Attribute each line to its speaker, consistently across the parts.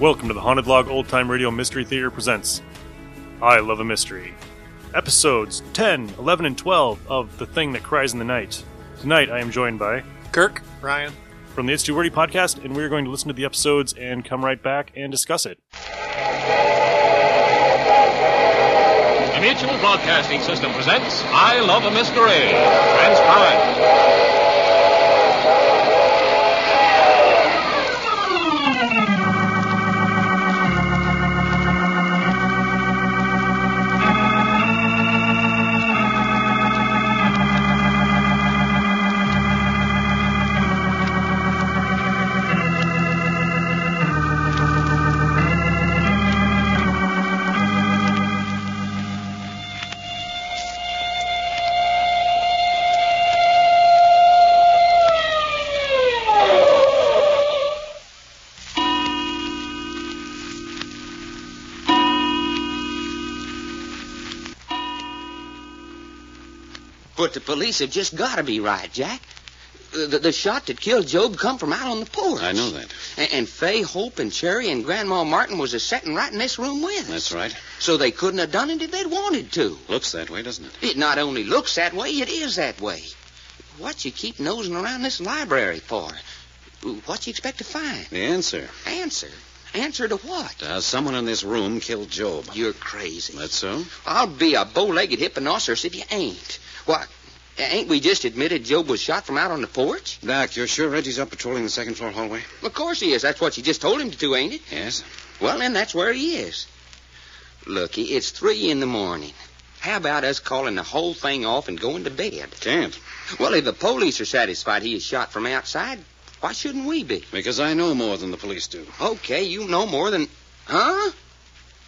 Speaker 1: Welcome to the Haunted Log Old Time Radio Mystery Theater presents I Love a Mystery. Episodes 10, 11, and 12 of The Thing That Cries in the Night. Tonight I am joined by
Speaker 2: Kirk, Ryan.
Speaker 1: from the It's Too Wordy podcast, and we're going to listen to the episodes and come right back and discuss it.
Speaker 3: The Mutual Broadcasting System presents I Love a Mystery, transcribed.
Speaker 4: But the police have just got to be right, Jack. The, the shot that killed Job come from out on the porch.
Speaker 5: I know that.
Speaker 4: And, and Fay, Hope, and Cherry and Grandma Martin was a setting right in this room with us.
Speaker 5: That's right.
Speaker 4: So they couldn't have done it if they'd wanted to.
Speaker 5: Looks that way, doesn't it?
Speaker 4: It not only looks that way, it is that way. What you keep nosing around this library for? What you expect to find?
Speaker 5: The answer.
Speaker 4: Answer. Answer to what?
Speaker 5: Uh, someone in this room killed Job.
Speaker 4: You're crazy.
Speaker 5: That's so?
Speaker 4: I'll be a bow-legged hypnosis if you ain't. Why, ain't we just admitted Job was shot from out on the porch?
Speaker 5: Doc, you're sure Reggie's up patrolling the second floor hallway?
Speaker 4: Of course he is. That's what you just told him to do, ain't it?
Speaker 5: Yes.
Speaker 4: Well, then that's where he is. Looky, it's three in the morning. How about us calling the whole thing off and going to bed?
Speaker 5: Can't.
Speaker 4: Well, if the police are satisfied he is shot from outside, why shouldn't we be?
Speaker 5: Because I know more than the police do.
Speaker 4: Okay, you know more than. Huh?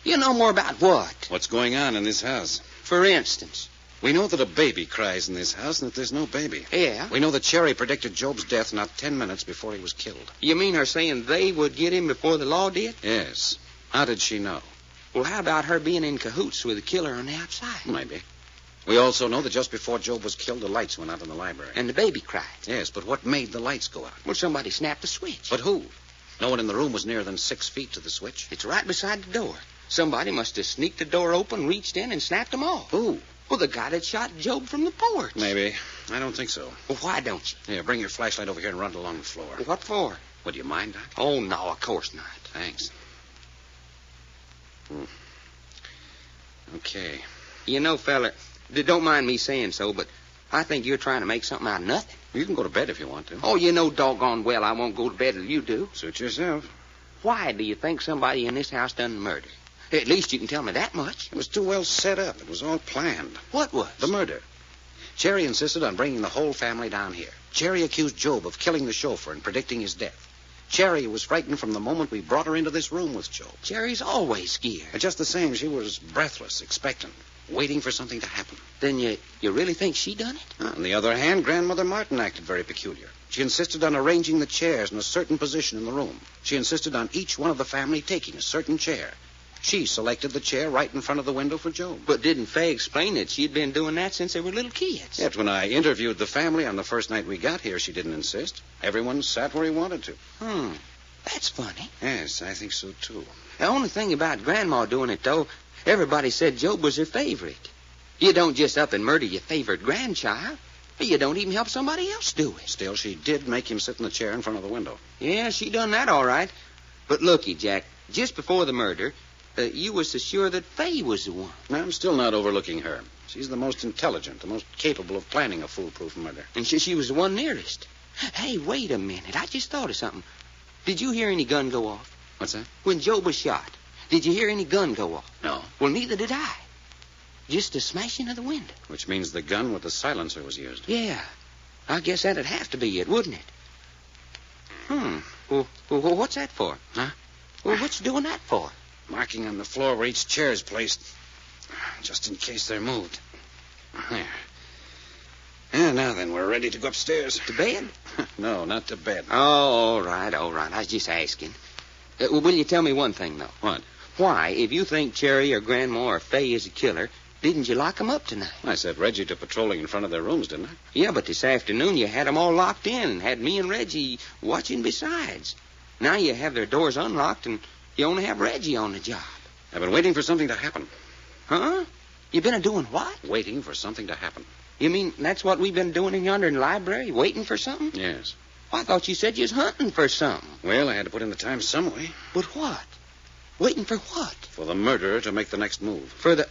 Speaker 4: You know more about what?
Speaker 5: What's going on in this house?
Speaker 4: For instance.
Speaker 5: We know that a baby cries in this house and that there's no baby.
Speaker 4: Yeah.
Speaker 5: We know that Cherry predicted Job's death not ten minutes before he was killed.
Speaker 4: You mean her saying they would get him before the law did?
Speaker 5: Yes. How did she know?
Speaker 4: Well, how about her being in cahoots with the killer on the outside?
Speaker 5: Maybe. We also know that just before Job was killed, the lights went out in the library.
Speaker 4: And the baby cried.
Speaker 5: Yes, but what made the lights go out?
Speaker 4: Well, somebody snapped the switch.
Speaker 5: But who? No one in the room was nearer than six feet to the switch.
Speaker 4: It's right beside the door. Somebody must have sneaked the door open, reached in, and snapped them off.
Speaker 5: Who?
Speaker 4: Well, the guy that shot Job from the porch.
Speaker 5: Maybe. I don't think so.
Speaker 4: Well, why don't you?
Speaker 5: Here, bring your flashlight over here and run it along the floor.
Speaker 4: What for?
Speaker 5: Would you mind, Doc?
Speaker 4: Oh, no, of course not.
Speaker 5: Thanks. Hmm. Okay.
Speaker 4: You know, feller, d- don't mind me saying so, but I think you're trying to make something out of nothing.
Speaker 5: You can go to bed if you want to.
Speaker 4: Oh, you know doggone well I won't go to bed till you do.
Speaker 5: Suit yourself.
Speaker 4: Why do you think somebody in this house done the murder? At least you can tell me that much.
Speaker 5: It was too well set up. It was all planned.
Speaker 4: What was?
Speaker 5: The murder. Cherry insisted on bringing the whole family down here. Cherry accused Job of killing the chauffeur and predicting his death. Cherry was frightened from the moment we brought her into this room with Job.
Speaker 4: Jerry's always scared.
Speaker 5: But just the same, she was breathless, expectant, waiting for something to happen. Ah,
Speaker 4: Then you, you really think she done it?
Speaker 5: On the other hand, Grandmother Martin acted very peculiar. She insisted on arranging the chairs in a certain position in the room. She insisted on each one of the family taking a certain chair. She selected the chair right in front of the window for Job.
Speaker 4: But didn't Fay explain that she'd been doing that since they were little kids?
Speaker 5: Yet when I interviewed the family on the first night we got here, she didn't insist. Everyone sat where he wanted to.
Speaker 4: Hmm. That's funny.
Speaker 5: Yes, I think so too.
Speaker 4: The only thing about Grandma doing it, though, everybody said Job was her favorite. You don't just up and murder your favorite grandchild. You don't even help somebody else do it.
Speaker 5: Still, she did make him sit in the chair in front of the window.
Speaker 4: Yeah, she done that all right. But looky, Jack, just before the murder, uh, you was so sure that Fay was the one.
Speaker 5: Now, I'm still not overlooking her. She's the most intelligent, the most capable of planning a foolproof murder.
Speaker 4: And she, she was the one nearest. Hey, wait a minute. I just thought of something. Did you hear any gun go off?
Speaker 5: What's that?
Speaker 4: When Job was shot, did you hear any gun go off?
Speaker 5: No.
Speaker 4: Well, neither did I. Just the smashing of the window.
Speaker 5: Which means the gun with the silencer was used.
Speaker 4: Yeah. I guess that'd have to be it, wouldn't it? Hmm. Well, well, what's that for?
Speaker 5: Huh?
Speaker 4: Well, what's doing that for?
Speaker 5: Marking on the floor where each chair is placed, just in case they're moved. There. Yeah, now then, we're ready to go upstairs.
Speaker 4: To bed?
Speaker 5: no, not to bed.
Speaker 4: Oh, all right, all right. I was just asking. Uh, well, will you tell me one thing, though?
Speaker 5: What?
Speaker 4: Why, if you think Cherry or Grandma or Fay is a killer, didn't you lock 'em up tonight?
Speaker 5: I set Reggie to patrolling in front of their rooms, didn't I?
Speaker 4: Yeah, but this afternoon you had 'em all locked in and had me and Reggie watching besides. Now you have their doors unlocked and You only have Reggie on the job.
Speaker 5: I've been waiting for something to happen.
Speaker 4: Huh? You been a doing what?
Speaker 5: Waiting for something to happen.
Speaker 4: You mean that's what we've been doing in yonder in the library, waiting for something?
Speaker 5: Yes.
Speaker 4: Well, I thought you said you was hunting for something.
Speaker 5: Well, I had to put in the time some way
Speaker 4: But what? Waiting for what?
Speaker 5: for the murderer to make the next move.
Speaker 4: For the.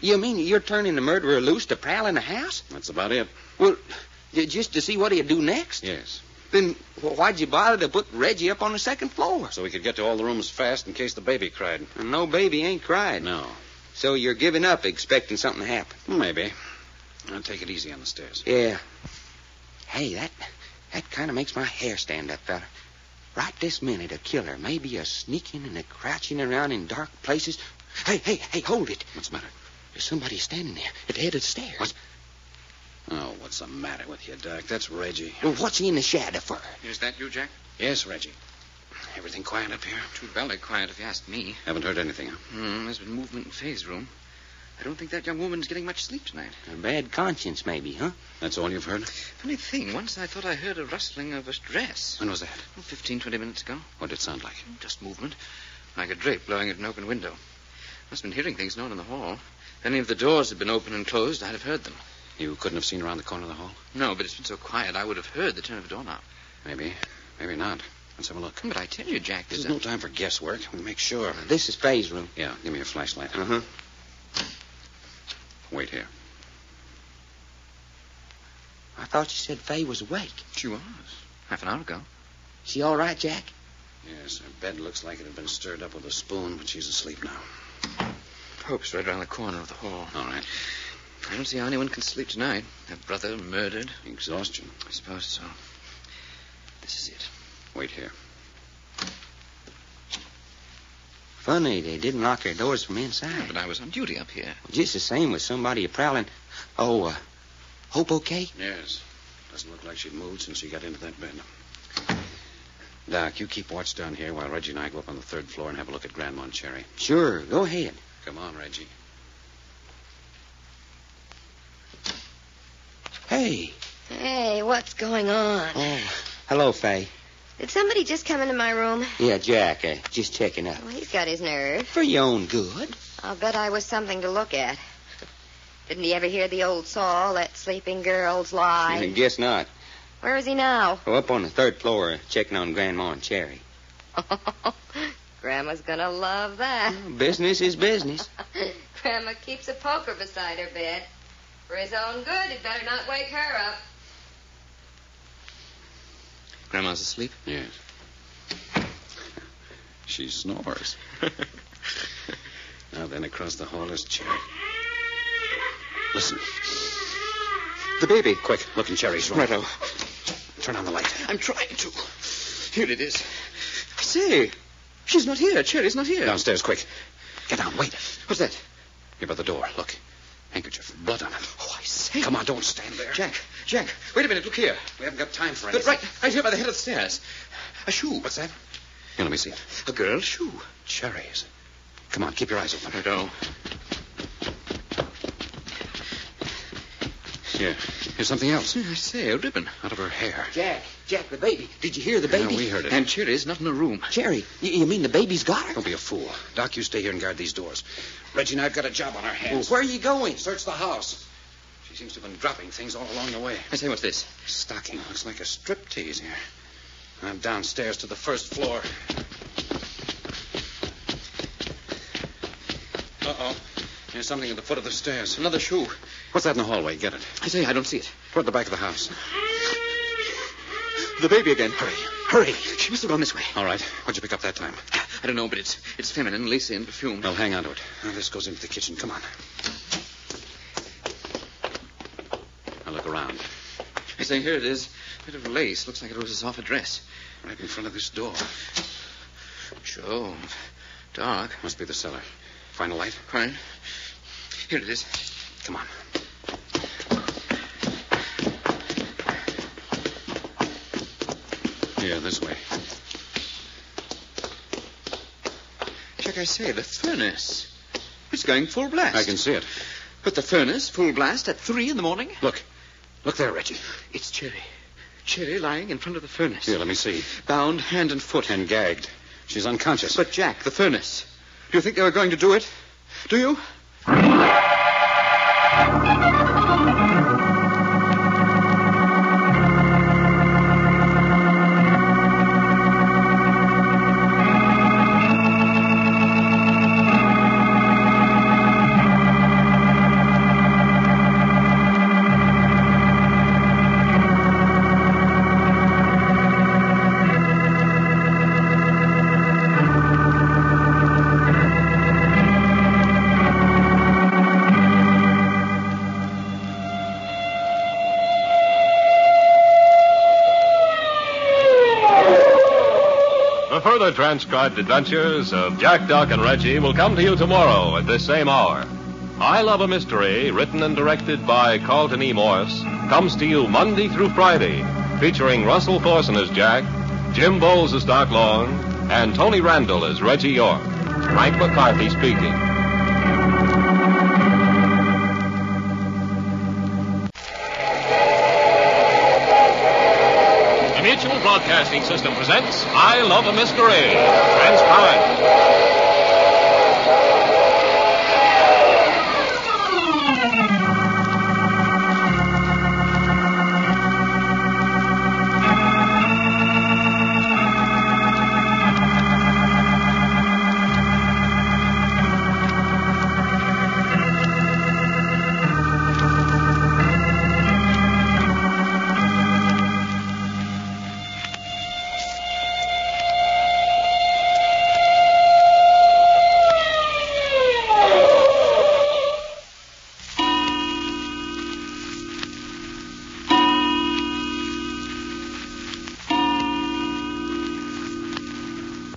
Speaker 4: You mean you're turning the murderer loose to prowl in the house?
Speaker 5: That's about it.
Speaker 4: Well, j- just to see what he'd do next?
Speaker 5: Yes.
Speaker 4: Then wh- why'd you bother to put Reggie up on the second floor?
Speaker 5: So we could get to all the rooms fast in case the baby cried.
Speaker 4: And no baby ain't crying.
Speaker 5: No.
Speaker 4: So you're giving up expecting something to happen?
Speaker 5: Maybe. I'll take it easy on the stairs.
Speaker 4: Yeah. Hey, that that kind of makes my hair stand up, fella. Right this minute, a killer may be a sneaking and a crouching around in dark places. Hey, hey, hey, hold it.
Speaker 5: What's the matter?
Speaker 4: There's somebody standing there at the head of the stairs.
Speaker 5: What? Oh, what's the matter with you, Doc? That's Reggie.
Speaker 4: Well, what's he in the shadow for?
Speaker 2: Is that you, Jack?
Speaker 5: Yes, Reggie. Everything quiet up here?
Speaker 2: Too belly quiet, if you ask me.
Speaker 5: Haven't heard anything, huh?
Speaker 2: Hmm, there's been movement in Faye's room. I don't think that young woman's getting much sleep tonight.
Speaker 4: A bad conscience, maybe, huh?
Speaker 5: That's all you've heard?
Speaker 2: Funny thing, once I thought I heard a rustling of a dress.
Speaker 5: When was that?
Speaker 2: Oh, Fifteen, twenty minutes ago.
Speaker 5: What did it sound like?
Speaker 2: Just movement. Like a drape blowing at an open window. Must have been hearing things down in the hall. If any of the doors had been open and closed, I'd have heard them.
Speaker 5: You couldn't have seen around the corner of the hall?
Speaker 2: No, but it's been so quiet, I would have heard the turn of a doorknob.
Speaker 5: Maybe. Maybe not. Let's have a look.
Speaker 2: But I tell you, Jack,
Speaker 5: There's
Speaker 2: there's
Speaker 5: no time for guesswork. We make sure.
Speaker 4: This is Faye's room.
Speaker 5: Yeah, give me a flashlight.
Speaker 4: Uh-huh.
Speaker 5: Wait here.
Speaker 4: I thought you said Faye was awake.
Speaker 2: She was. Half an hour ago.
Speaker 4: She all right, Jack?
Speaker 5: Yes, her bed looks like it had been stirred up with a spoon, but she's asleep now.
Speaker 2: Pope's right around the corner of the hall.
Speaker 5: All right.
Speaker 2: I don't see how anyone can sleep tonight. Her brother murdered.
Speaker 5: Exhaustion.
Speaker 2: I suppose so. This is it.
Speaker 5: Wait here.
Speaker 4: Funny, they didn't lock their doors from
Speaker 2: Yeah,
Speaker 4: inside.
Speaker 2: but I was on duty up here.
Speaker 4: Just the same with somebody prowling. Oh, uh, Hope okay?
Speaker 5: Yes. Doesn't look like she'd moved since she got into that bed. Doc, you keep watch down here while Reggie and I go up on the third floor and have a look at Grandma and Cherry.
Speaker 4: Sure, go ahead.
Speaker 5: Come on, Reggie.
Speaker 4: Hey.
Speaker 6: Hey, what's going on?
Speaker 4: Oh, hello, Faye.
Speaker 6: Did somebody just come into my room?
Speaker 4: Yeah, Jack. Uh, just checking up.
Speaker 6: Well, he's got his nerve.
Speaker 4: For your own good.
Speaker 6: I'll bet I was something to look at. Didn't he ever hear the old saw, let sleeping girls
Speaker 4: I
Speaker 6: lie?
Speaker 4: guess not.
Speaker 6: Where is he now?
Speaker 4: Oh, up on the third floor, uh, checking on Grandma and Cherry.
Speaker 6: Grandma's gonna love that.
Speaker 4: Business is business.
Speaker 6: Grandma keeps a poker beside her bed. For his own good, he'd better not wake her up.
Speaker 2: Grandma's asleep.
Speaker 5: Yes. She snores. now then, across the hall is Cherry. Listen.
Speaker 4: The baby.
Speaker 5: Quick, look in Cherry's room.
Speaker 4: Righto.
Speaker 5: Turn on the light.
Speaker 2: I'm trying to. Here it is.
Speaker 4: I say,
Speaker 2: She's not here. Cherry's not here.
Speaker 5: Downstairs, quick. Get down. Wait.
Speaker 2: What's that?
Speaker 5: Here by the door. Look. Handkerchief. Blood on it.
Speaker 2: Oh, I say.
Speaker 5: Come on, don't stand there.
Speaker 2: Jack. Jack. Wait a minute. Look here.
Speaker 5: We haven't got time for
Speaker 2: But
Speaker 5: anything.
Speaker 2: right, right here by the head of the stairs. A shoe.
Speaker 5: What's that? Here, let me see it.
Speaker 2: A girl's shoe.
Speaker 5: Cherries. Come on, keep your eyes open.
Speaker 2: know.
Speaker 5: Here. Here's something else.
Speaker 2: I say, a ribbon.
Speaker 5: Out of her hair.
Speaker 4: Jack, Jack, the baby. Did you hear the
Speaker 5: Yeah,
Speaker 4: baby?
Speaker 5: we heard it.
Speaker 2: And Cherry's not in her room.
Speaker 4: Cherry, you, you mean the baby's got her?
Speaker 5: Don't be a fool. Doc, you stay here and guard these doors. Reggie and I've got a job on our
Speaker 4: Well,
Speaker 5: hands.
Speaker 4: where are you going?
Speaker 5: Search the house. She seems to have been dropping things all along the way.
Speaker 2: I say, what's this?
Speaker 5: Stocking looks like a strip tease here. I'm downstairs to the first floor. Uh oh. There's something at the foot of the stairs.
Speaker 2: Another shoe.
Speaker 5: What's that in the hallway? Get it.
Speaker 2: I say, I don't see it.
Speaker 5: Toward the back of the house.
Speaker 2: The baby again.
Speaker 5: Hurry.
Speaker 2: She must have gone this way.
Speaker 5: All right. What'd you pick up that time?
Speaker 2: I don't know, but it's it's feminine, lacy, and perfumed.
Speaker 5: Well, hang on to it. Now, this goes into the kitchen. Come on. Now look around.
Speaker 2: I say, here it is. Bit of lace. Looks like it was off a dress.
Speaker 5: Right in front of this door.
Speaker 2: Jove. Dark.
Speaker 5: Must be the cellar. Find a light.
Speaker 2: Fine. Here it is.
Speaker 5: Come on. Here, this way.
Speaker 2: Jack, I say, the furnace. It's going full blast.
Speaker 5: I can see it.
Speaker 2: But the furnace, full blast, at three in the morning?
Speaker 5: Look. Look there, Reggie.
Speaker 2: It's Cherry. Cherry lying in front of the furnace.
Speaker 5: Here, let me see.
Speaker 2: Bound hand and foot.
Speaker 5: And gagged. She's unconscious.
Speaker 2: But, Jack, the furnace. Do you think they were going to do it? Do you?
Speaker 3: The further transcribed adventures of Jack, Doc, and Reggie will come to you tomorrow at this same hour. I Love a Mystery, written and directed by Carlton E. Morse, comes to you Monday through Friday, featuring Russell Thorson as Jack, Jim Bowles as Doc Long, and Tony Randall as Reggie York. Mike McCarthy speaking. The Mutual Broadcasting System presents I Love a Mystery, transcribed.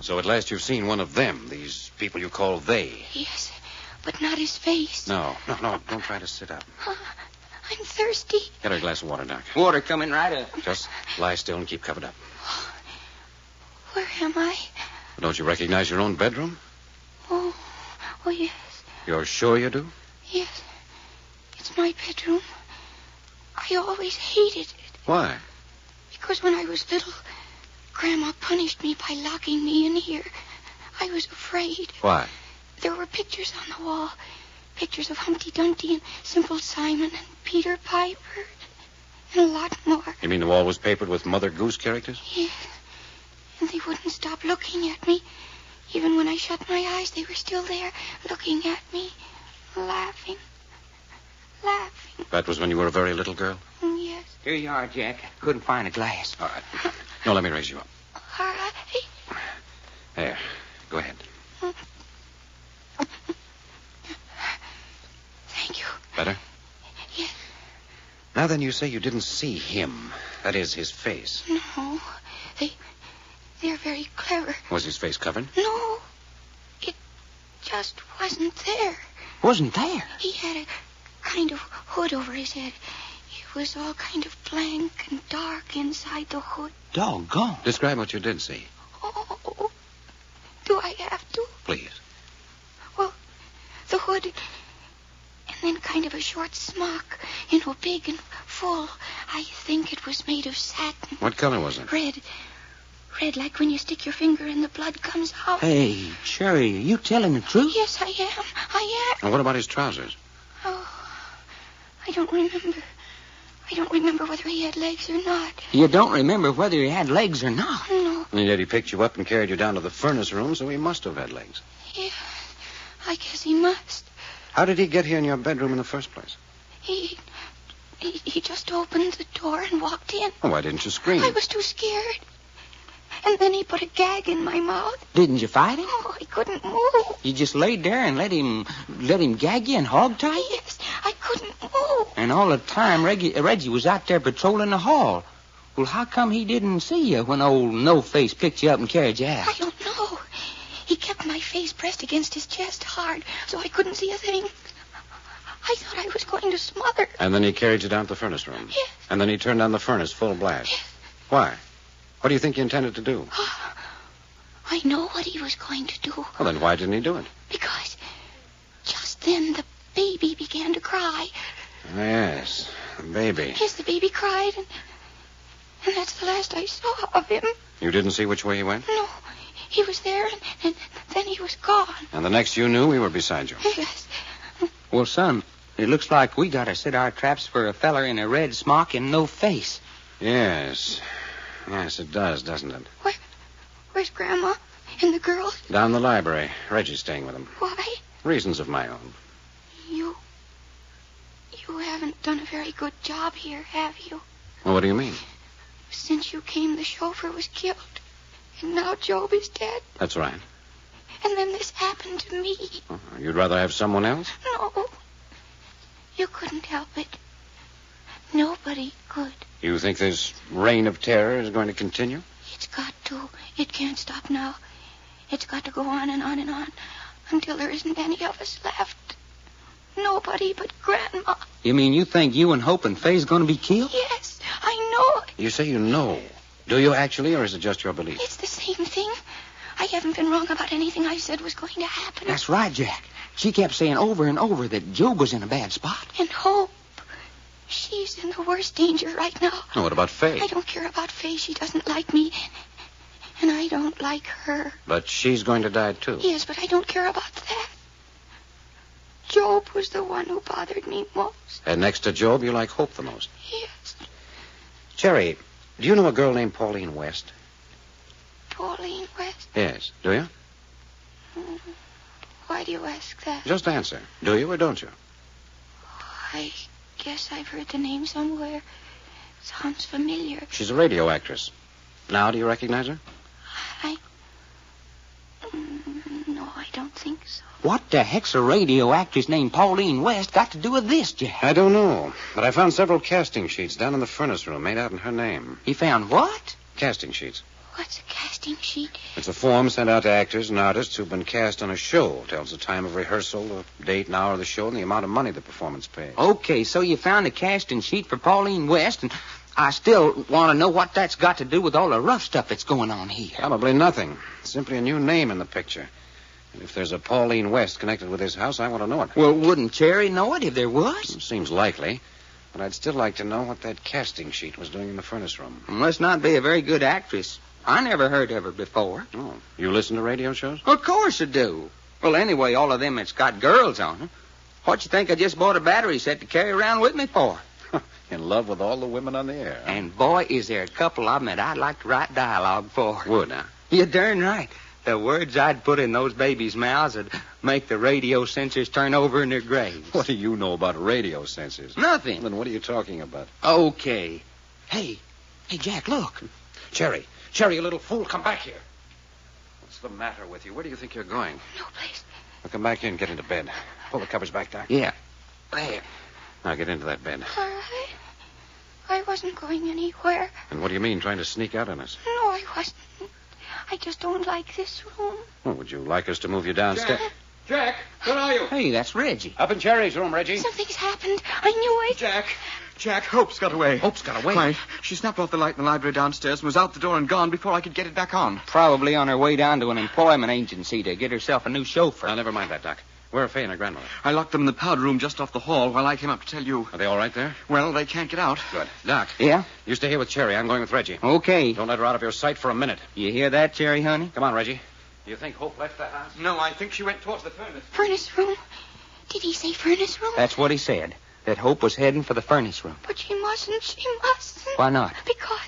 Speaker 5: So at last you've seen one of them, these people you call they.
Speaker 7: Yes, but not his face.
Speaker 5: No, no, no, don't try to sit up.
Speaker 7: Ah, I'm thirsty.
Speaker 5: Get her a glass of water, Doc.
Speaker 4: Water coming right up.
Speaker 5: Just lie still and keep covered up.
Speaker 7: Where am I?
Speaker 5: Don't you recognize your own bedroom?
Speaker 7: Oh, oh yes,
Speaker 5: You're sure you do?
Speaker 7: yes. It's my bedroom. I always hated it
Speaker 5: Why?
Speaker 7: because when I was little, Grandma punished me by locking me in here. I was afraid.
Speaker 5: Why?
Speaker 7: There were pictures on the wall. Pictures of Humpty Dumpty and Simple Simon and Peter Piper and a lot more.
Speaker 5: You mean the wall was papered with Mother Goose characters?
Speaker 7: Yes. And they wouldn't stop looking at me. Even when I shut my eyes, they were still there, looking at me, laughing, laughing.
Speaker 5: That was when you were a very little girl?
Speaker 7: Mm, Yes.
Speaker 4: Here you are, Jack. Couldn't find a glass.
Speaker 5: All right. No, let me raise you up.
Speaker 7: All right.
Speaker 5: There. Go ahead.
Speaker 7: Thank you.
Speaker 5: Better?
Speaker 7: Yes.
Speaker 5: Now then, you say you didn't see him. That is, his face.
Speaker 7: No. They, they're very clever.
Speaker 5: Was his face covered?
Speaker 7: No. It just wasn't there.
Speaker 4: Wasn't there.
Speaker 7: He had a kind of hood over his head. It was all kind of blank and dark inside the hood.
Speaker 4: Doggone.
Speaker 5: Describe what you did see,
Speaker 7: Oh, do I have to?
Speaker 5: please.
Speaker 7: Well, the hood, and then kind of a short smock, you know, big and full. I think it was made of satin.
Speaker 5: What color was it?
Speaker 7: Red. Red, like when you stick your finger and the blood comes out.
Speaker 4: Hey, Cherry, are you telling the truth?
Speaker 7: Yes, I am. I am.
Speaker 5: And what about his trousers?
Speaker 7: Oh, I don't remember. I don't remember whether he had legs or not.
Speaker 4: You don't remember whether he had legs or not.
Speaker 7: No,
Speaker 5: And yet he picked you up and carried you down to the furnace room, so he must have had legs.
Speaker 7: yeah, I guess he must.
Speaker 5: How did he get here in your bedroom in the first place?
Speaker 7: He, he, he just opened the door and walked in.
Speaker 5: Well, why didn't you scream?
Speaker 7: I was too scared. And then he put a gag in my mouth.
Speaker 4: Didn't you fight him?
Speaker 7: Oh, I couldn't move.
Speaker 4: You just laid there and let him let him gag you and hogtie you?
Speaker 7: Yes, I couldn't move.
Speaker 4: And all the time Reggie, Reggie was out there patrolling the hall. Well, how come he didn't see you when old No Face picked you up and carried you out?
Speaker 7: I don't know. He kept my face pressed against his chest hard, so I couldn't see a thing. I thought I was going to smother.
Speaker 5: And then he carried you down to the furnace room.
Speaker 7: Yes.
Speaker 5: And then he turned on the furnace full blast. Why? What do you think he intended to do?
Speaker 7: Oh. I know what he was going to do.
Speaker 5: Well, then why didn't he do it?
Speaker 7: Because just then the baby began to cry.
Speaker 5: Yes, the baby.
Speaker 7: Yes, the baby cried, and, and that's the last I saw of him. Hmm.
Speaker 5: You didn't see which way he went?
Speaker 7: No, He was there, and, and then he was gone.
Speaker 5: And the next you knew, we were beside you.
Speaker 7: Yes.
Speaker 4: Well, son, it looks like we gotta set our traps for a feller in a red smock and no face.
Speaker 5: Yes. Yes, it does, doesn't it?
Speaker 7: Where, where's Grandma and the girls?
Speaker 5: Down the library. Reggie's staying with him.
Speaker 7: Why?
Speaker 5: Reasons of my own.
Speaker 7: You. You haven't done a very good job here, have you?
Speaker 5: Well, what do you mean?
Speaker 7: Since you came, the chauffeur was killed. And now Job is dead.
Speaker 5: That's right.
Speaker 7: And then this happened to me.
Speaker 5: Uh, You'd rather have someone else?
Speaker 7: No. You couldn't help it. Nobody could.
Speaker 5: You think this reign of terror is going to continue?
Speaker 7: It's got to. It can't stop now. It's got to go on and on and on until there isn't any of us left. Nobody but Grandma.
Speaker 4: You mean you think you and Hope and Faye's gonna be killed?
Speaker 7: Yes, I know it.
Speaker 5: You say you know. Do you actually, or is it just your belief?
Speaker 7: It's the same thing. I haven't been wrong about anything I said was going to happen.
Speaker 4: That's right, Jack. She kept saying over and over that Job was in a bad spot.
Speaker 7: And Hope. She's in the worst danger right now.
Speaker 5: No, what about Faye?
Speaker 7: I don't care about Faye. She doesn't like me. And I don't like her.
Speaker 5: But she's going to die, too.
Speaker 7: Yes, but I don't care about that. Job was the one who bothered me most.
Speaker 5: And next to Job, you like Hope the most.
Speaker 7: Yes,
Speaker 5: Cherry, do you know a girl named Pauline West?
Speaker 7: Pauline West.
Speaker 5: Yes. Do you?
Speaker 7: Why do you ask that?
Speaker 5: Just answer. Do you or don't you?
Speaker 7: I guess I've heard the name somewhere. Sounds familiar.
Speaker 5: She's a radio actress. Now, do you recognize her?
Speaker 7: I. Mm, No, I don't think so.
Speaker 4: What the heck's a radio actress named Pauline West got to do with this, Jack?
Speaker 5: I don't know, but I found several casting sheets down in the furnace room made out in her name.
Speaker 4: He found what?
Speaker 5: Casting sheets.
Speaker 7: What's a casting sheet?
Speaker 5: It's a form sent out to actors and artists who've been cast on a show. Tells the time of rehearsal, the date and hour of the show, and the amount of money the performance pays.
Speaker 4: Okay, so you found a casting sheet for Pauline West, and I still want to know what that's got to do with all the rough stuff that's going on here.
Speaker 5: Probably nothing. Simply a new name in the picture. And if there's a Pauline West connected with this house, I want to know it. Hmm,
Speaker 4: Well, wouldn't Cherry know it if there was?
Speaker 5: Seems likely, but I'd still like to know what that casting sheet was doing in the furnace room.
Speaker 4: Must not be a very good actress. I never heard of her before.
Speaker 5: Oh, you listen to radio shows?
Speaker 4: Of course I do. Well, anyway, all of them that's got girls on them. What you think I just bought a battery set to carry around with me for?
Speaker 5: In love with all the women on the air.
Speaker 4: And boy, is there a couple of 'em that I'd like to write dialogue for.
Speaker 5: would, huh?
Speaker 4: You're darn right. The words I'd put in those babies' mouths would make the radio censors turn over in their graves.
Speaker 5: What do you know about radio sensors?
Speaker 4: Nothing.
Speaker 5: Then what are you talking about?
Speaker 4: Okay. Hey, hey, Jack, look.
Speaker 5: Cherry, Cherry, you little fool, come back here. What's the matter with you? Where do you think you're going?
Speaker 7: No place.
Speaker 5: Well, come back here and get into bed. Pull the covers back, Doc.
Speaker 4: Yeah.
Speaker 5: There. Now get into that bed.
Speaker 7: All right. I wasn't going anywhere.
Speaker 5: And what do you mean, trying to sneak out on us?
Speaker 7: No, I wasn't. I just don't like this room.
Speaker 5: Well, would you like us to move you downstairs?
Speaker 4: Jack, where are you? Hey, that's Reggie.
Speaker 5: Up in Cherry's room, Reggie.
Speaker 7: Something's happened. I knew it.
Speaker 8: Jack. Jack, Hope's got away.
Speaker 4: Hope's got away.
Speaker 8: Why, she snapped off the light in the library downstairs and was out the door and gone before I could get it back on.
Speaker 4: Probably on her way down to an employment agency to get herself a new chauffeur.
Speaker 5: Now, never mind that, Doc. Where are Faye and her grandmother?
Speaker 8: I locked them in the powder room just off the hall while I came up to tell you.
Speaker 5: Are they all right there?
Speaker 8: Well, they can't get out.
Speaker 5: Good. Doc,
Speaker 4: yeah?
Speaker 5: you stay here with Cherry. I'm going with Reggie.
Speaker 4: Okay.
Speaker 5: Don't let her out of your sight for a minute.
Speaker 4: You hear that, Cherry, honey?
Speaker 5: Come on, Reggie. You think Hope left the house?
Speaker 8: No, I think she went towards the furnace.
Speaker 7: Furnace room. Did he say furnace room?
Speaker 4: That's what he said. That Hope was heading for the furnace room.
Speaker 7: But she mustn't. She mustn't.
Speaker 4: Why not?
Speaker 7: Because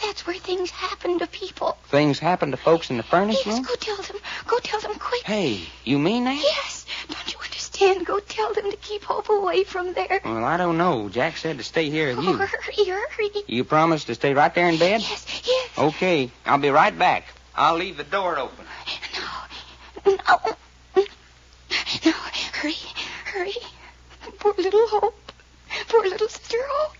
Speaker 7: that's where things happen to people.
Speaker 4: Things happen to folks in the furnace
Speaker 7: Yes,
Speaker 4: room?
Speaker 7: go tell them. Go tell them quick.
Speaker 4: Hey, you mean that?
Speaker 7: Yes. Don't you understand? Go tell them to keep Hope away from there.
Speaker 4: Well, I don't know. Jack said to stay here with
Speaker 7: Oh,
Speaker 4: you.
Speaker 7: hurry, hurry.
Speaker 4: You promised to stay right there in bed?
Speaker 7: Yes, yes.
Speaker 4: Okay, I'll be right back. I'll leave the door open.
Speaker 7: No. No. No. Hurry. Hurry. Poor little Hope. Poor little sister Hope.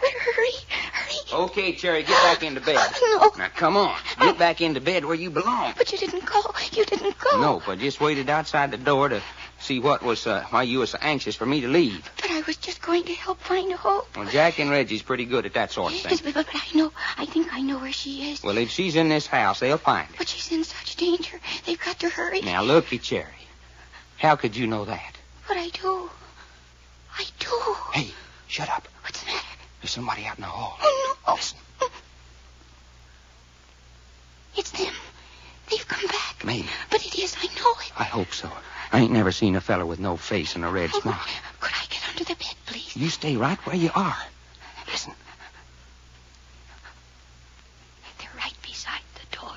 Speaker 7: But hurry. Hurry.
Speaker 4: Okay, Cherry, get back into bed.
Speaker 7: Oh, No.
Speaker 4: Now, come on. Get back into bed where you belong.
Speaker 7: But you didn't go. You didn't go.
Speaker 4: No, I just waited outside the door to see what was, uh, why you were so anxious for me to leave.
Speaker 7: But I was just going to help find Hope.
Speaker 4: Well, Jack and Reggie's pretty good at that sort of
Speaker 7: Yes,
Speaker 4: thing.
Speaker 7: but, but I know. I think I know where she is.
Speaker 4: Well, if she's in this house, they'll find her.
Speaker 7: But she's in such danger. They've got to hurry.
Speaker 4: Now, look at Cherry. How could you know that?
Speaker 7: But I do. I do.
Speaker 4: Hey, shut up.
Speaker 7: What's the matter?
Speaker 4: There's somebody out in the hall.
Speaker 7: Oh, no. It's them. They've
Speaker 4: me.
Speaker 7: But it is. I know it.
Speaker 4: I hope so. I ain't never seen a feller with no face and a red
Speaker 7: Oh,
Speaker 4: smock.
Speaker 7: Could I get under the bed, please?
Speaker 4: You stay right where you are. Listen.
Speaker 7: They're right beside the door.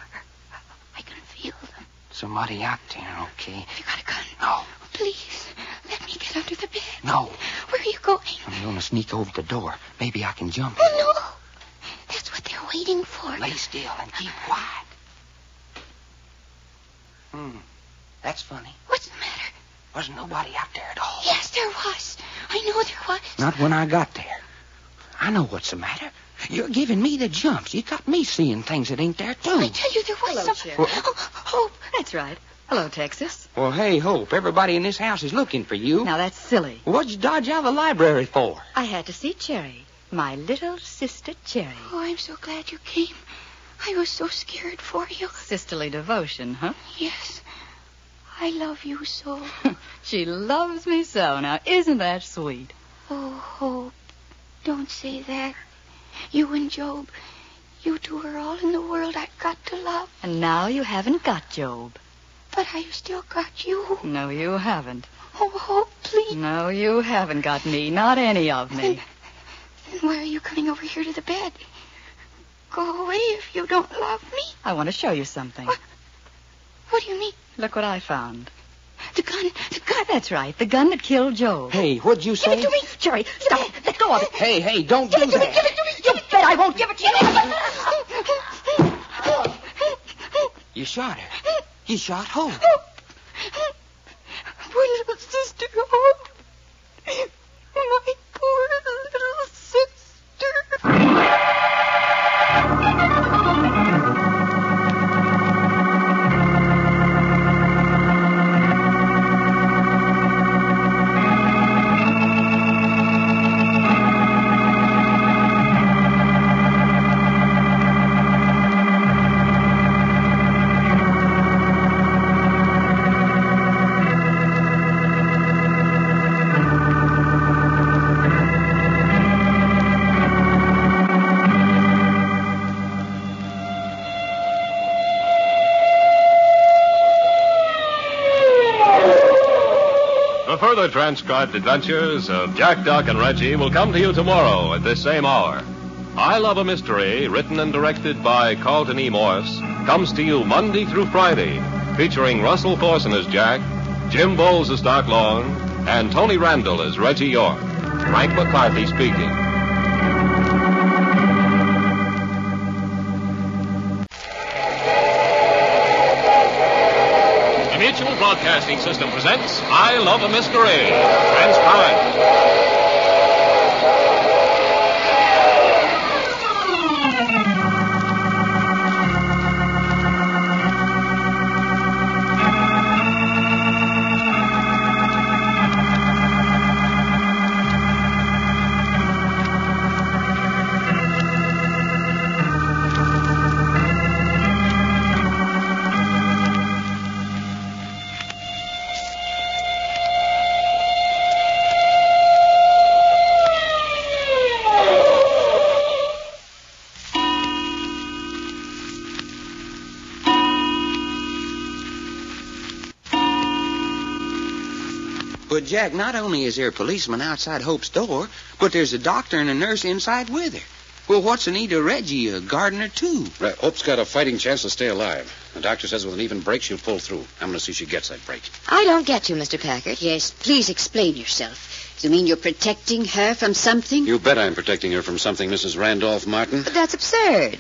Speaker 7: I can feel them.
Speaker 4: Somebody out there, okay?
Speaker 7: Have you got a gun?
Speaker 4: No.
Speaker 7: Please, let me get under the bed.
Speaker 4: No.
Speaker 7: Where are you going?
Speaker 4: I'm gonna sneak over the door. Maybe I can jump.
Speaker 7: Oh, no. That's what they're waiting for.
Speaker 4: Lay still and keep quiet. Hmm. That's funny.
Speaker 7: What's the matter?
Speaker 4: Wasn't nobody out there at all.
Speaker 7: Yes, there was. I know there was.
Speaker 4: Not when I got there. I know what's the matter. You're giving me the jumps. You got me seeing things that ain't there,
Speaker 7: I
Speaker 4: too.
Speaker 7: tell you, there was
Speaker 6: Hello,
Speaker 7: some...
Speaker 6: Jim.
Speaker 7: Oh, oh,
Speaker 9: That's right. Hello, Texas.
Speaker 4: Well, hey, Hope, everybody in this house is looking for you.
Speaker 9: Now that's silly.
Speaker 4: What'd you dodge out of the library for?
Speaker 9: I had to see Cherry, my little sister Cherry.
Speaker 7: oh, I'm so glad you came. I was so scared for you.
Speaker 9: Sisterly devotion, huh?
Speaker 7: Yes. I love you so.
Speaker 9: She loves me so. Now isn't that sweet?
Speaker 7: Oh, Hope, don't say that. You and Job, you two are all in the world I've got to love,
Speaker 9: And now you haven't got Job.
Speaker 7: but I've still got you.
Speaker 9: No, you haven't.
Speaker 7: Oh, Hope, please.
Speaker 9: No, you haven't got me. Not any of me.
Speaker 7: Then why are you coming over here to the bed? Go away if you don't love me.
Speaker 9: I want to show you something.
Speaker 7: What do you mean?
Speaker 9: Look what I found.
Speaker 7: The gun, the gun.
Speaker 9: That's right. The gun that killed Job.
Speaker 4: Hey, what'd you
Speaker 9: Give
Speaker 4: say?
Speaker 9: it to me. Cherry, stop. Let go of it.
Speaker 4: Hey, hey, don't do
Speaker 9: Give
Speaker 4: that.
Speaker 9: it to me. You bet I won't give it to you.
Speaker 4: You shot her. You shot Hope.
Speaker 7: Poor little sister, Hope. My poor little sister.
Speaker 3: The further transcribed adventures of Jack, Doc, and Reggie will come to you tomorrow at this same hour. I Love a Mystery, written and directed by Carlton E. Morse, comes to you Monday through Friday, featuring Russell Corson as Jack, Jim Bowles as Doc Long, and Tony Randall as Reggie York. Frank McCarthy speaking. The Mutual Broadcasting System presents I Love a Mystery, transcribed.
Speaker 4: But, Jack, not only is there a policeman outside Hope's door, but there's a doctor and a nurse inside with her. Well, what's the need of Reggie, a gardener, too?
Speaker 5: Right, Hope's got a fighting chance to stay alive. The doctor says with an even break, she'll pull through. I'm going to see she gets that break.
Speaker 6: I don't get you, Mr. Packard. Yes, please explain yourself. Do you mean you're protecting her from something?
Speaker 5: You bet I'm protecting her from something, Mrs. Randolph Martin.
Speaker 6: But that's absurd.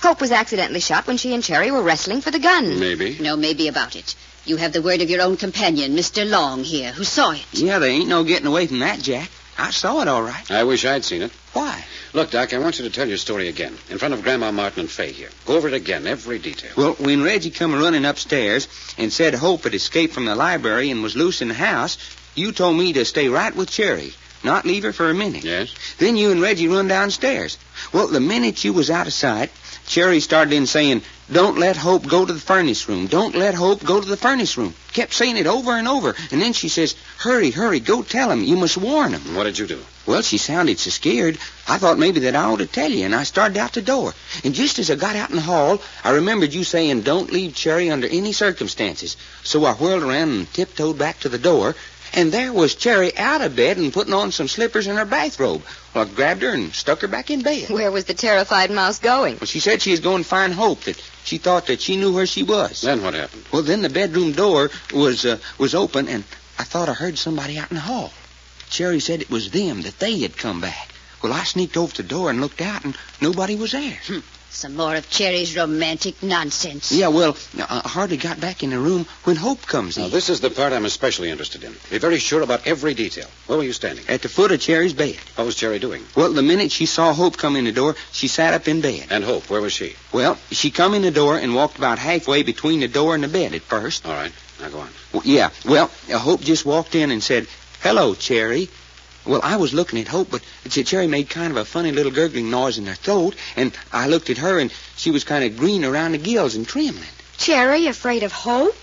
Speaker 6: Hope was accidentally shot when she and Cherry were wrestling for the gun.
Speaker 5: Maybe.
Speaker 6: No, maybe about it. You have the word of your own companion, Mr. Long, here, who saw it.
Speaker 4: Yeah, there ain't no getting away from that, Jack. I saw it all right.
Speaker 5: I wish I'd seen it.
Speaker 4: Why?
Speaker 5: Look, Doc, I want you to tell your story again. In front of Grandma Martin and Fay here. Go over it again, every detail.
Speaker 4: Well, when Reggie come running upstairs and said Hope had escaped from the library and was loose in the house, you told me to stay right with Cherry, not leave her for a minute.
Speaker 5: Yes?
Speaker 4: Then you and Reggie run downstairs. Well, the minute you was out of sight, Sherry started in saying, Don't let Hope go to the furnace room. Don't let Hope go to the furnace room. Kept saying it over and over. And then she says, Hurry, hurry, go tell him. You must warn him.
Speaker 5: What did you do?
Speaker 4: Well, she sounded so scared, I thought maybe that I ought to tell you, and I started out the door. And just as I got out in the hall, I remembered you saying, Don't leave Cherry under any circumstances. So I whirled around and tiptoed back to the door, and there was Cherry out of bed and putting on some slippers and her bathrobe. Well, I grabbed her and stuck her back in bed.
Speaker 6: Where was the terrified mouse going?
Speaker 4: Well, she said she was going to find Hope, that she thought that she knew where she was.
Speaker 5: Then what happened?
Speaker 4: Well, then the bedroom door was uh, was open, and I thought I heard somebody out in the hall. Cherry said it was them that they had come back. Well, I sneaked over to the door and looked out, and nobody was there.
Speaker 10: Some more of Cherry's romantic nonsense.
Speaker 4: Yeah, well, I I hardly got back in the room when Hope comes
Speaker 5: Now,
Speaker 4: in.
Speaker 5: this is the part I'm especially interested in. Be very sure about every detail. Where were you standing?
Speaker 4: At the foot of Cherry's bed.
Speaker 5: What was Jerry doing?
Speaker 4: Well, the minute she saw Hope come in the door, she sat up in bed.
Speaker 5: And Hope, where was she?
Speaker 4: Well, she come in the door and walked about halfway between the door and the bed at first.
Speaker 5: All right. Now go on.
Speaker 4: Well, yeah, well, uh, Hope just walked in and said, Hello, Cherry. Well, I was looking at Hope, but Ch- Cherry made kind of a funny little gurgling noise in her throat, and I looked at her, and she was kind of green around the gills and trembling.
Speaker 6: Cherry afraid of hope?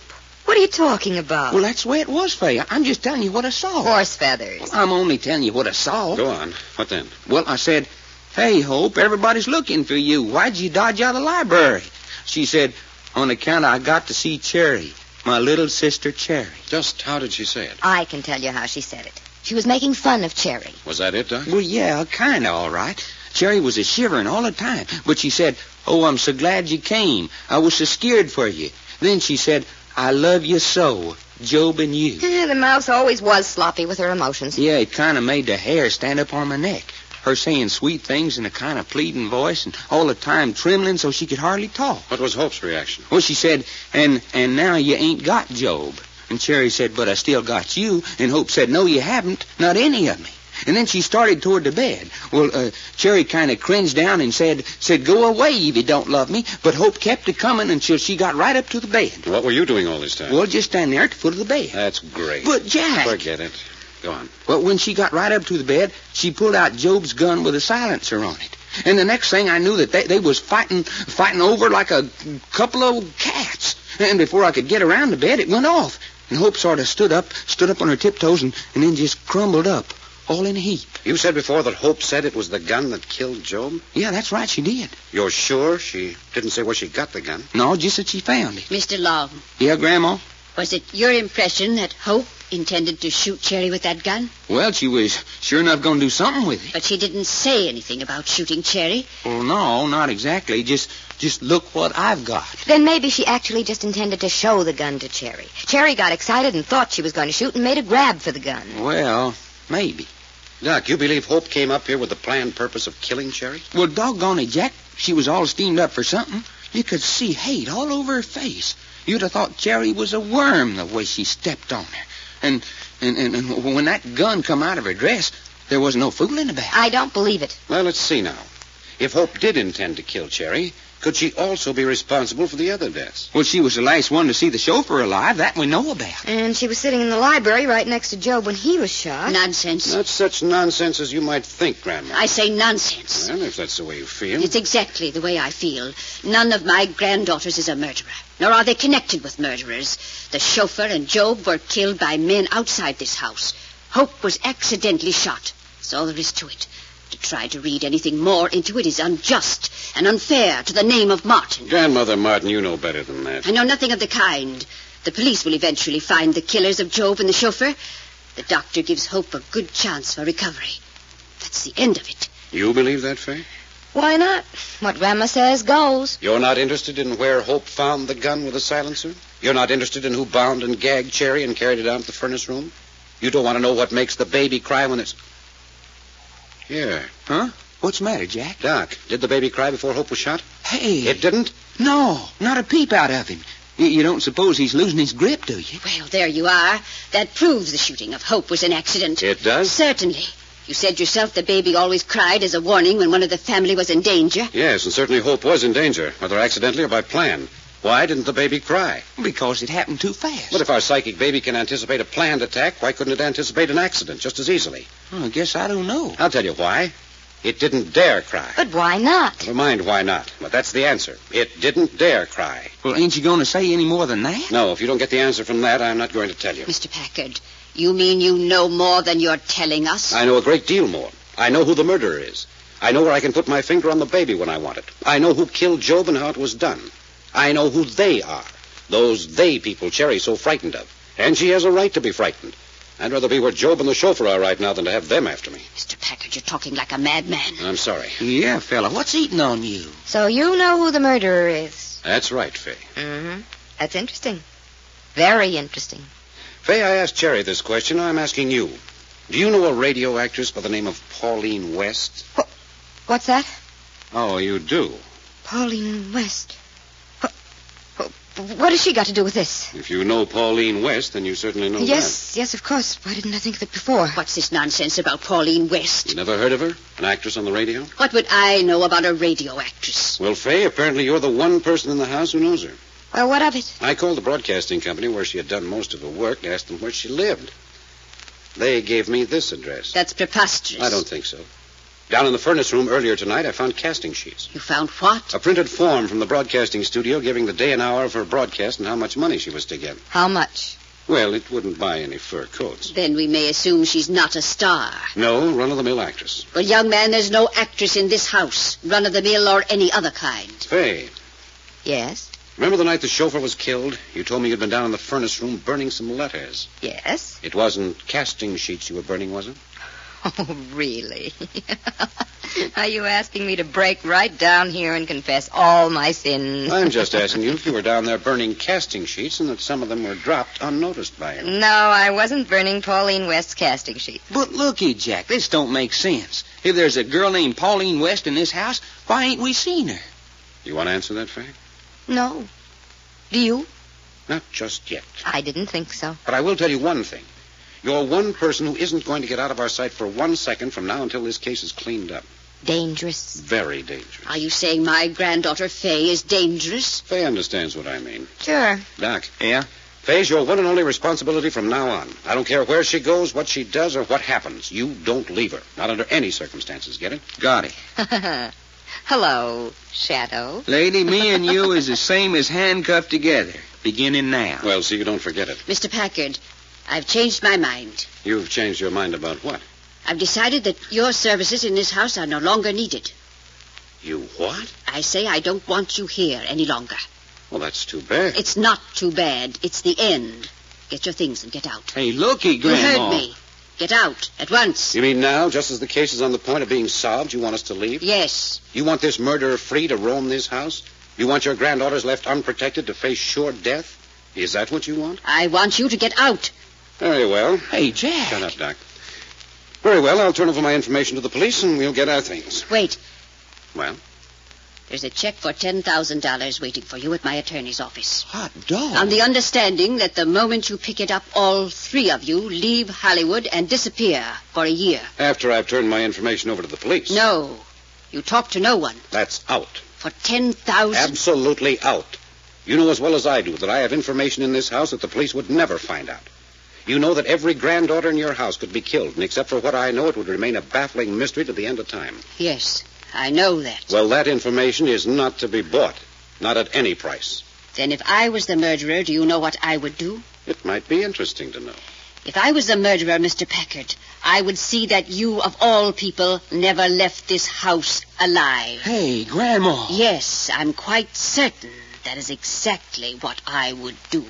Speaker 6: What are you talking about?
Speaker 4: Well, that's the way it was, Faye. I- I'm just telling you what I saw.
Speaker 6: Horse feathers.
Speaker 4: I'm only telling you what I saw.
Speaker 5: Go on. What then?
Speaker 4: Well, I said, Hey, Hope, everybody's looking for you. Why'd you dodge out of the library? She said, On account I got to see Cherry, my little sister Cherry.
Speaker 5: Just how did she say it?
Speaker 6: I can tell you how she said it. She was making fun of Cherry.
Speaker 5: Was that it, Doc?
Speaker 4: Well, yeah, kind of all right. Cherry was a shivering all the time, but she said, Oh, I'm so glad you came. I was so scared for you. Then she said, I love you so, Job and you.
Speaker 6: Eh, the mouse always was sloppy with her emotions.
Speaker 4: Yeah, it kind of made the hair stand up on my neck. Her saying sweet things in a kind of pleading voice and all the time trembling so she could hardly talk.
Speaker 5: What was Hope's reaction?
Speaker 4: Well, she said, and and now you ain't got Job. And Cherry said, but I still got you. And Hope said, no, you haven't, not any of me. And then she started toward the bed. Well, uh, Cherry kind of cringed down and said, said, go away if you don't love me. But Hope kept a coming until she got right up to the bed.
Speaker 5: What were you doing all this time?
Speaker 4: Well, just stand there at the foot of the bed.
Speaker 5: That's great.
Speaker 4: But Jack,
Speaker 5: Forget it. Go on.
Speaker 4: well, when she got right up to the bed, she pulled out Job's gun with a silencer on it. And the next thing I knew that they, they was fighting, fighting over like a couple of cats. And before I could get around the bed, it went off. And Hope sort of stood up, stood up on her tiptoes, and, and then just crumbled up, all in a heap.
Speaker 5: You said before that Hope said it was the gun that killed Job.
Speaker 4: Yeah, that's right, she did.
Speaker 5: You're sure she didn't say where she got the gun?
Speaker 4: No, just that she found it.
Speaker 10: Mr. Long,
Speaker 4: Yeah, Grandma?
Speaker 10: was it your impression that Hope intended to shoot Cherry with that gun?
Speaker 4: Well, she was sure enough going to do something with it.
Speaker 10: But she didn't say anything about shooting Cherry.
Speaker 4: Well, no, not exactly. Just, just look what I've got.
Speaker 6: Then maybe she actually just intended to show the gun to Cherry. Cherry got excited and thought she was going to shoot and made a grab for the gun.
Speaker 4: Well, maybe.
Speaker 5: Doc, you believe Hope came up here with the planned purpose of killing Cherry?
Speaker 4: Well, doggone it, Jack. She was all steamed up for something. You could see hate all over her face. You'd have thought Jerry was a worm the way she stepped on her. And and, and, and when that gun come out of her dress, there was no fooling about.
Speaker 6: I don't believe it.
Speaker 5: Well, let's see now. If Hope did intend to kill Cherry, could she also be responsible for the other deaths?
Speaker 4: Well, she was the last one to see the chauffeur alive. That we know about.
Speaker 6: And she was sitting in the library right next to Job when he was shot.
Speaker 10: Nonsense.
Speaker 5: Not such nonsense as you might think, Grandma.
Speaker 10: I say nonsense.
Speaker 5: Well, if that's the way you feel.
Speaker 10: It's exactly the way I feel. None of my granddaughters is a murderer, nor are they connected with murderers. The chauffeur and Job were killed by men outside this house. Hope was accidentally shot. That's all there is to it. To try to read anything more into it is unjust and unfair to the name of Martin.
Speaker 5: Grandmother Martin, you know better than that.
Speaker 10: I know nothing of the kind. The police will eventually find the killers of Job and the chauffeur. The doctor gives Hope a good chance for recovery. That's the end of it.
Speaker 5: You believe that, Faye?
Speaker 6: Why not? What Grandma says goes.
Speaker 5: You're not interested in where Hope found the gun with the silencer? You're not interested in who bound and gagged Cherry and carried it out to the furnace room? You don't want to know what makes the baby cry when it's. Yeah.
Speaker 4: Huh? What's the matter, Jack?
Speaker 5: Doc, did the baby cry before Hope was shot?
Speaker 4: Hey.
Speaker 5: It didn't?
Speaker 4: No, not a peep out of him. You, you don't suppose he's losing his grip, do you?
Speaker 10: Well, there you are. That proves the shooting of Hope was an accident.
Speaker 5: It does?
Speaker 10: Certainly. You said yourself the baby always cried as a warning when one of the family was in danger.
Speaker 5: Yes, and certainly Hope was in danger, whether accidentally or by plan. Why didn't the baby cry?
Speaker 4: Because it happened too fast.
Speaker 5: But if our psychic baby can anticipate a planned attack, why couldn't it anticipate an accident just as easily?
Speaker 4: Well, I guess I don't know.
Speaker 5: I'll tell you why.
Speaker 4: It didn't dare cry.
Speaker 6: But why not?
Speaker 4: Never mind why not, but that's the answer. It didn't dare cry.
Speaker 11: Well, ain't you going to say any more than that?
Speaker 4: No, if you don't get the answer from that, I'm not going to tell you.
Speaker 10: Mr. Packard, you mean you know more than you're telling us?
Speaker 4: I know a great deal more. I know who the murderer is. I know where I can put my finger on the baby when I want it. I know who killed Job and how it was done. I know who they are. Those they people Cherry's so frightened of. And she has a right to be frightened. I'd rather be where Job and the chauffeur are right now than to have them after me.
Speaker 10: Mr. Packard, you're talking like a madman.
Speaker 4: I'm sorry.
Speaker 11: Yeah, fella, what's eating on you?
Speaker 6: So you know who the murderer is.
Speaker 4: That's right, Fay.
Speaker 6: Mm-hmm. That's interesting. Very interesting.
Speaker 4: Fay, I asked Cherry this question. I'm asking you. Do you know a radio actress by the name of Pauline West?
Speaker 6: What's that?
Speaker 4: Oh, you do.
Speaker 6: Pauline West. Wh- wh- What has she got to do with this?
Speaker 4: If you know Pauline West, then you certainly know
Speaker 6: yes, yes, of course. Why didn't I think of it before?
Speaker 10: What's this nonsense about Pauline
Speaker 4: that.
Speaker 10: West?
Speaker 4: You never heard of her? An actress on the radio?
Speaker 10: What would I know about a radio actress?
Speaker 4: Well, Fay, apparently you're the one person in the house who knows her.
Speaker 6: Well, what of it?
Speaker 4: I called the broadcasting company where she had done most of her work and asked them where she lived. They gave me this address.
Speaker 10: That's preposterous.
Speaker 4: I don't think so. Down in the furnace room earlier tonight, I found casting sheets.
Speaker 10: You found what?
Speaker 4: A printed form from the broadcasting studio giving the day and hour of her broadcast and how much money she was to get.
Speaker 6: How much?
Speaker 4: Well, it wouldn't buy any fur coats.
Speaker 10: Then we may assume she's not a star.
Speaker 4: No, run of the mill actress.
Speaker 10: Well, young man, there's no actress in this house, run of the mill or any other kind.
Speaker 4: Fay,
Speaker 6: Yes,
Speaker 4: remember the night the chauffeur was killed? You told me you'd been down in the furnace room burning some letters.
Speaker 6: yes.
Speaker 4: It wasn't casting sheets you were burning, was it?
Speaker 6: Oh, really? Are you asking me to break right down here and confess all my sins?
Speaker 4: I'm just asking you if you were down there burning casting sheets and that some of them were dropped unnoticed by you.
Speaker 6: No, I wasn't burning Pauline West's casting sheet.
Speaker 11: But looky, Jack, this don't make sense. If there's a girl named Pauline West in this house, why ain't we seen her?
Speaker 4: You want to answer that, Fay?
Speaker 6: No. Do you?
Speaker 4: Not just yet.
Speaker 6: I didn't think so.
Speaker 4: But I will tell you one thing. You're one person who isn't going to get out of our sight for one second from now until this case is cleaned up.
Speaker 6: Dangerous.
Speaker 4: Very dangerous.
Speaker 10: Are you saying my granddaughter Fay is dangerous?
Speaker 4: Fay understands what I mean.
Speaker 6: Sure.
Speaker 4: Doc,
Speaker 11: Yeah?
Speaker 4: Fay's your one and only responsibility from now on. I don't care where she goes, what she does, or what happens. You don't leave her. Not under any circumstances, get it?
Speaker 11: Got it.
Speaker 6: Hello, Shadow.
Speaker 11: Lady, me and you is the same as handcuffed together. Beginning now.
Speaker 4: Well, see, you don't forget it.
Speaker 10: Mr. Packard, I've changed my mind.
Speaker 4: You've changed your mind about what?
Speaker 10: I've decided that your services in this house are no longer needed.
Speaker 4: You what?
Speaker 10: I say I don't want you here any longer.
Speaker 4: Well, that's too bad.
Speaker 10: It's not too bad. It's the end. Get your things and get out.
Speaker 11: Hey, looky,
Speaker 10: You
Speaker 11: Grandma.
Speaker 10: heard me. Get out at once.
Speaker 4: You mean now, just as the case is on the point of being solved, you want us to leave?
Speaker 10: Yes.
Speaker 4: You want this murderer free to roam this house? You want your granddaughters left unprotected to face sure death? Is that what you want?
Speaker 10: I want you to get out.
Speaker 4: Very well.
Speaker 11: Hey, Jack.
Speaker 4: Shut up, Doc. Very well, I'll turn over my information to the police and we'll get our things.
Speaker 10: Wait.
Speaker 4: Well?
Speaker 10: There's a check for $10,000 waiting for you at my attorney's office.
Speaker 11: Hot dog.
Speaker 10: On the understanding that the moment you pick it up, all three of you leave Hollywood and disappear for a year.
Speaker 4: After I've turned my information over to the police.
Speaker 10: No. You talk to no one.
Speaker 4: That's out.
Speaker 10: For 10000
Speaker 4: Absolutely out. You know as well as I do that I have information in this house that the police would never find out. You know that every granddaughter in your house could be killed, and except for what I know, it would remain a baffling mystery to the end of time.
Speaker 10: Yes, I know that.
Speaker 4: Well, that information is not to be bought. Not at any price.
Speaker 10: Then if I was the murderer, do you know what I would do?
Speaker 4: It might be interesting to know.
Speaker 10: If I was the murderer, Mr. Packard, I would see that you, of all people, never left this house alive.
Speaker 11: Hey, Grandma.
Speaker 10: Yes, I'm quite certain that is exactly what I would do.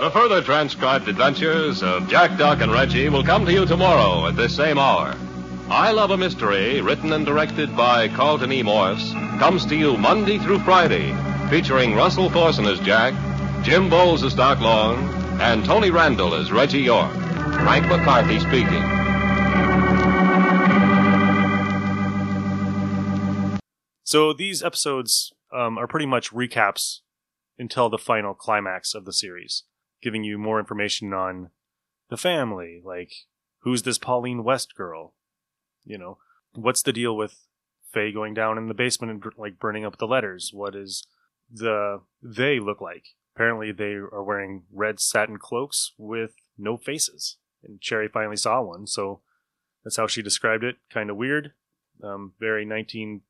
Speaker 3: The further transcribed adventures of Jack, Doc, and Reggie will come to you tomorrow at this same hour. I Love a Mystery, written and directed by Carlton E. Morse, comes to you Monday through Friday, featuring Russell Thorson as Jack Jim Bowles is Doc Long, and Tony Randall is Reggie York. Frank McCarthy speaking.
Speaker 1: So these episodes um, are pretty much recaps until the final climax of the series, giving you more information on the family, like who's this Pauline West girl, you know, what's the deal with Faye going down in the basement and like burning up the letters? What is the they look like? Apparently, they are wearing red satin cloaks with no faces, and Cherry finally saw one, so that's how she described it. Kind of weird, um, very 1930s,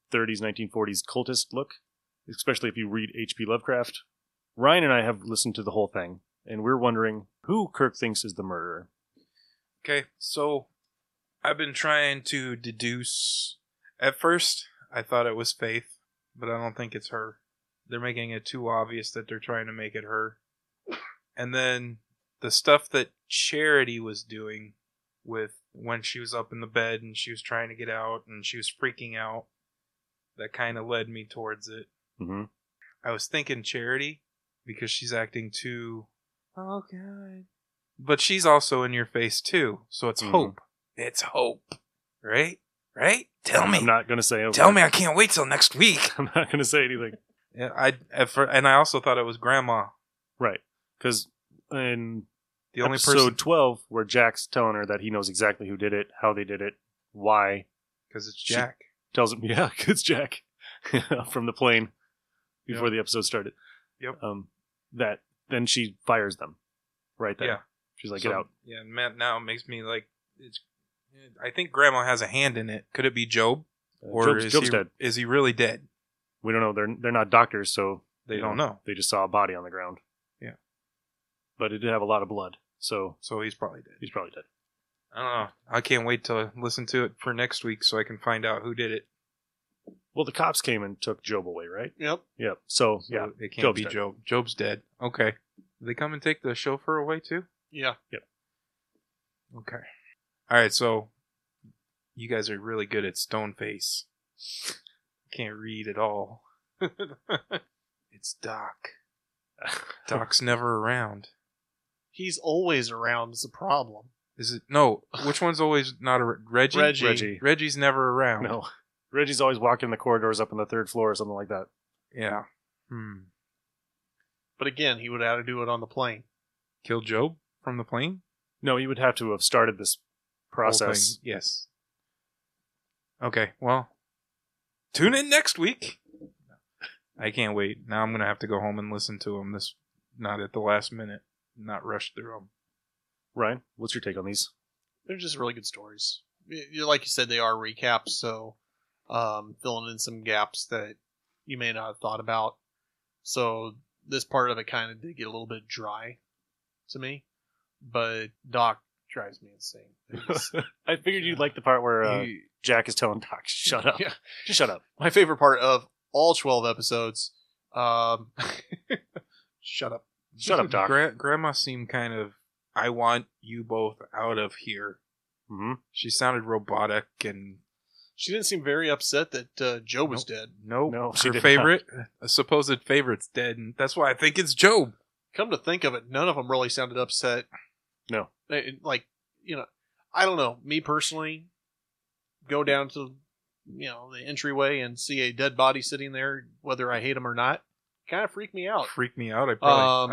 Speaker 1: 1940s cultist look especially if you read H.P. Lovecraft. Ryan and I have listened to the whole thing, and we're wondering who Kirk thinks is the murderer.
Speaker 12: Okay, so I've been trying to deduce. At first, I thought it was Faith, but I don't think it's her. They're making it too obvious that they're trying to make it her. And then the stuff that Charity was doing with when she was up in the bed and she was trying to get out and she was freaking out, that kind of led me towards it.
Speaker 1: Mm-hmm.
Speaker 12: I was thinking Charity because she's acting too. Oh God! But she's also in your face too, so it's
Speaker 1: Mhm.
Speaker 12: hope. It's hope, right? Right? Tell me.
Speaker 1: I'm not going to say. a
Speaker 12: Tell
Speaker 1: word.
Speaker 12: me, I can't wait till next week.
Speaker 1: I'm not going to say anything.
Speaker 12: And I at fir- and I also thought it was Grandma.
Speaker 1: Right, because in
Speaker 12: The only
Speaker 1: episode
Speaker 12: person-
Speaker 1: 12, where Jack's telling her that he knows exactly who did it, how they did it, why,
Speaker 12: 'Cause it's
Speaker 1: she
Speaker 12: Jack.
Speaker 1: tells him, yeah, it's Jack from the plane before
Speaker 12: Yep.
Speaker 1: the episode started.
Speaker 12: Yep.
Speaker 1: Um, that then she fires them right there.
Speaker 12: Yeah.
Speaker 1: She's like,
Speaker 12: So-
Speaker 1: get out.
Speaker 12: Yeah, and Matt now makes me like it's. I think Grandma has a hand in it. Could it be Job? Or
Speaker 1: Uh, Job's-
Speaker 12: is
Speaker 1: Job's
Speaker 12: he,
Speaker 1: dead.
Speaker 12: Is he really dead?
Speaker 1: We don't know. They're they're not doctors, so
Speaker 12: They
Speaker 1: you
Speaker 12: don't know.
Speaker 1: They just saw a body on the ground.
Speaker 12: Yeah.
Speaker 1: But it did have a lot of blood, so
Speaker 12: so he's probably dead.
Speaker 1: He's probably dead.
Speaker 12: I don't know. I can't wait to listen to it for next week so I can find out who did it.
Speaker 1: Well, the cops came and took Job away, right?
Speaker 12: Yep.
Speaker 1: Yep. So, yeah,
Speaker 12: it can't
Speaker 1: Job's
Speaker 12: be
Speaker 1: dead.
Speaker 12: Job. Job's dead. Okay. They come and take the chauffeur away too.
Speaker 1: Yeah. Yep.
Speaker 12: Okay. All right. So you guys are really good at Stoneface. Can't read at all. it's Doc. Doc's never around.
Speaker 13: He's always around is the problem.
Speaker 12: Is it? No. Which one's always not a Reggie?
Speaker 13: Reggie.
Speaker 1: Reggie.
Speaker 12: Reggie's never around.
Speaker 1: No. Reggie's always walking the corridors up on the third floor or something like that.
Speaker 12: Yeah. Hmm.
Speaker 13: But again, he would have to do it on the plane.
Speaker 12: Kill Job from the plane.
Speaker 1: No, he would have to have started this process.
Speaker 12: Whole thing, Yes. Okay, well, tune in next week. I can't wait. Now I'm gonna have to go home and listen to them. This not at the last minute, not rush through them.
Speaker 1: Ryan, what's your take on these?
Speaker 13: They're just really good stories. Y- y- Like you said, they are recaps, so um, filling in some gaps that you may not have thought about. So this part of it kind of did get a little bit dry to me, but Doc drives me insane.
Speaker 1: I figured you'd like the part where uh,
Speaker 13: You-
Speaker 1: Jack is telling Doc, shut up.
Speaker 13: Yeah.
Speaker 1: Just shut up.
Speaker 13: My favorite part of all 12 episodes. Um, shut up.
Speaker 1: Shut up, Doc.
Speaker 12: Gra- Grandma seemed kind of. I want you both out of here.
Speaker 1: Mm-hmm.
Speaker 12: She sounded robotic and
Speaker 13: She didn't seem very upset that uh, Joe was dead.
Speaker 12: no.
Speaker 1: No, she
Speaker 12: her
Speaker 1: did not.
Speaker 12: favorite, a supposed favorite's dead, and that's why I think it's Job.
Speaker 13: Come to think of it, none of them really sounded upset.
Speaker 1: No.
Speaker 13: Eh, eh, Like, you know, I don't know. Me personally, go down to, you know, the entryway and see a dead body sitting there, whether I hate him or not, kind of freaked me out.
Speaker 12: Freaked me out. I probably,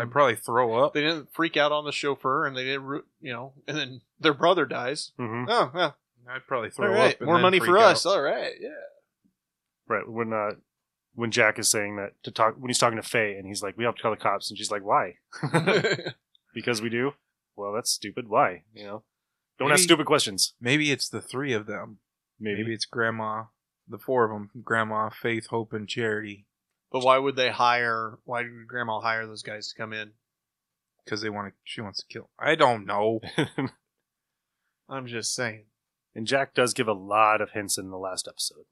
Speaker 13: Um,
Speaker 12: I'd probably throw up.
Speaker 13: They didn't freak out on the chauffeur, and they didn't, ru- you know, and then their brother dies.
Speaker 1: Mm-hmm.
Speaker 13: Oh, well,
Speaker 12: Hmm. I'd probably
Speaker 13: all
Speaker 12: throw
Speaker 13: right,
Speaker 12: up. and
Speaker 13: more
Speaker 12: then
Speaker 13: money
Speaker 12: freak
Speaker 13: for
Speaker 12: out.
Speaker 13: us. All right, yeah.
Speaker 1: Right when uh, when Jack is saying that to talk when he's talking to Faye and he's like, "We have to call the cops," and she's like, "Why?" because we do. Well, that's stupid. Why? You know, don't ask
Speaker 12: Maybe-
Speaker 1: stupid questions.
Speaker 12: Maybe it's the three of them.
Speaker 1: Maybe.
Speaker 12: Maybe it's Grandma, the four of them: Grandma, Faith, Hope, and Charity,
Speaker 13: But why would they hire? Why did Grandma hire those guys to come in?
Speaker 12: because they want to. She wants to kill. I don't know.
Speaker 13: I'm just saying.
Speaker 1: and Jack does give a lot of hints in the last episode.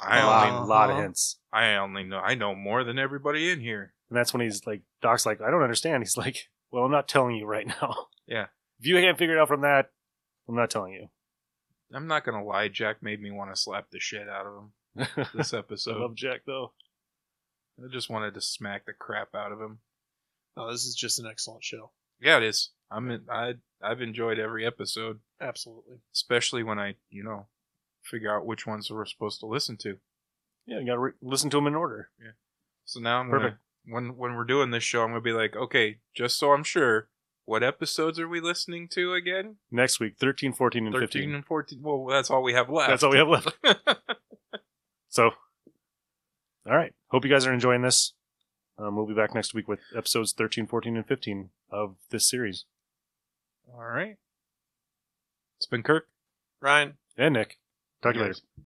Speaker 12: I
Speaker 1: a
Speaker 12: only,
Speaker 1: lot, lot of
Speaker 13: Uh-huh.
Speaker 1: hints,
Speaker 12: I only know. I know more than everybody in here.
Speaker 1: and that's when he's like, "Doc's like, I don't understand." He's like, "Well, I'm not telling you right now.
Speaker 12: Yeah.
Speaker 1: If you can't figure it out from that, I'm not telling you."
Speaker 12: I'm not gonna lie. Jack made me want to slap the shit out of him this
Speaker 1: I
Speaker 12: episode.
Speaker 1: love Jack though.
Speaker 12: I just wanted to smack the crap out of him.
Speaker 13: No, Oh, this is just an excellent show.
Speaker 12: Yeah, it is. I'm in, I I've enjoyed every episode,
Speaker 13: Absolutely.
Speaker 12: especially when I you know figure out which ones we're supposed to listen to.
Speaker 1: Yeah, you gotta re- listen to them in order.
Speaker 12: Yeah. So now I'm gonna,
Speaker 1: Perfect.
Speaker 12: when when we're doing this show, I'm gonna be like, okay, just so I'm sure, what episodes are we listening to again?
Speaker 1: Next week, 13, 14, and 15.
Speaker 12: Thirteen and fourteen. Well, that's all we have left.
Speaker 1: That's all we have left. so, all right. Hope you guys are enjoying this. Um, we'll be back next week with episodes 13, 14, and 15 of this series.
Speaker 12: all right. It's been Kirk
Speaker 13: Ryan.
Speaker 1: And Nick, talk to you later.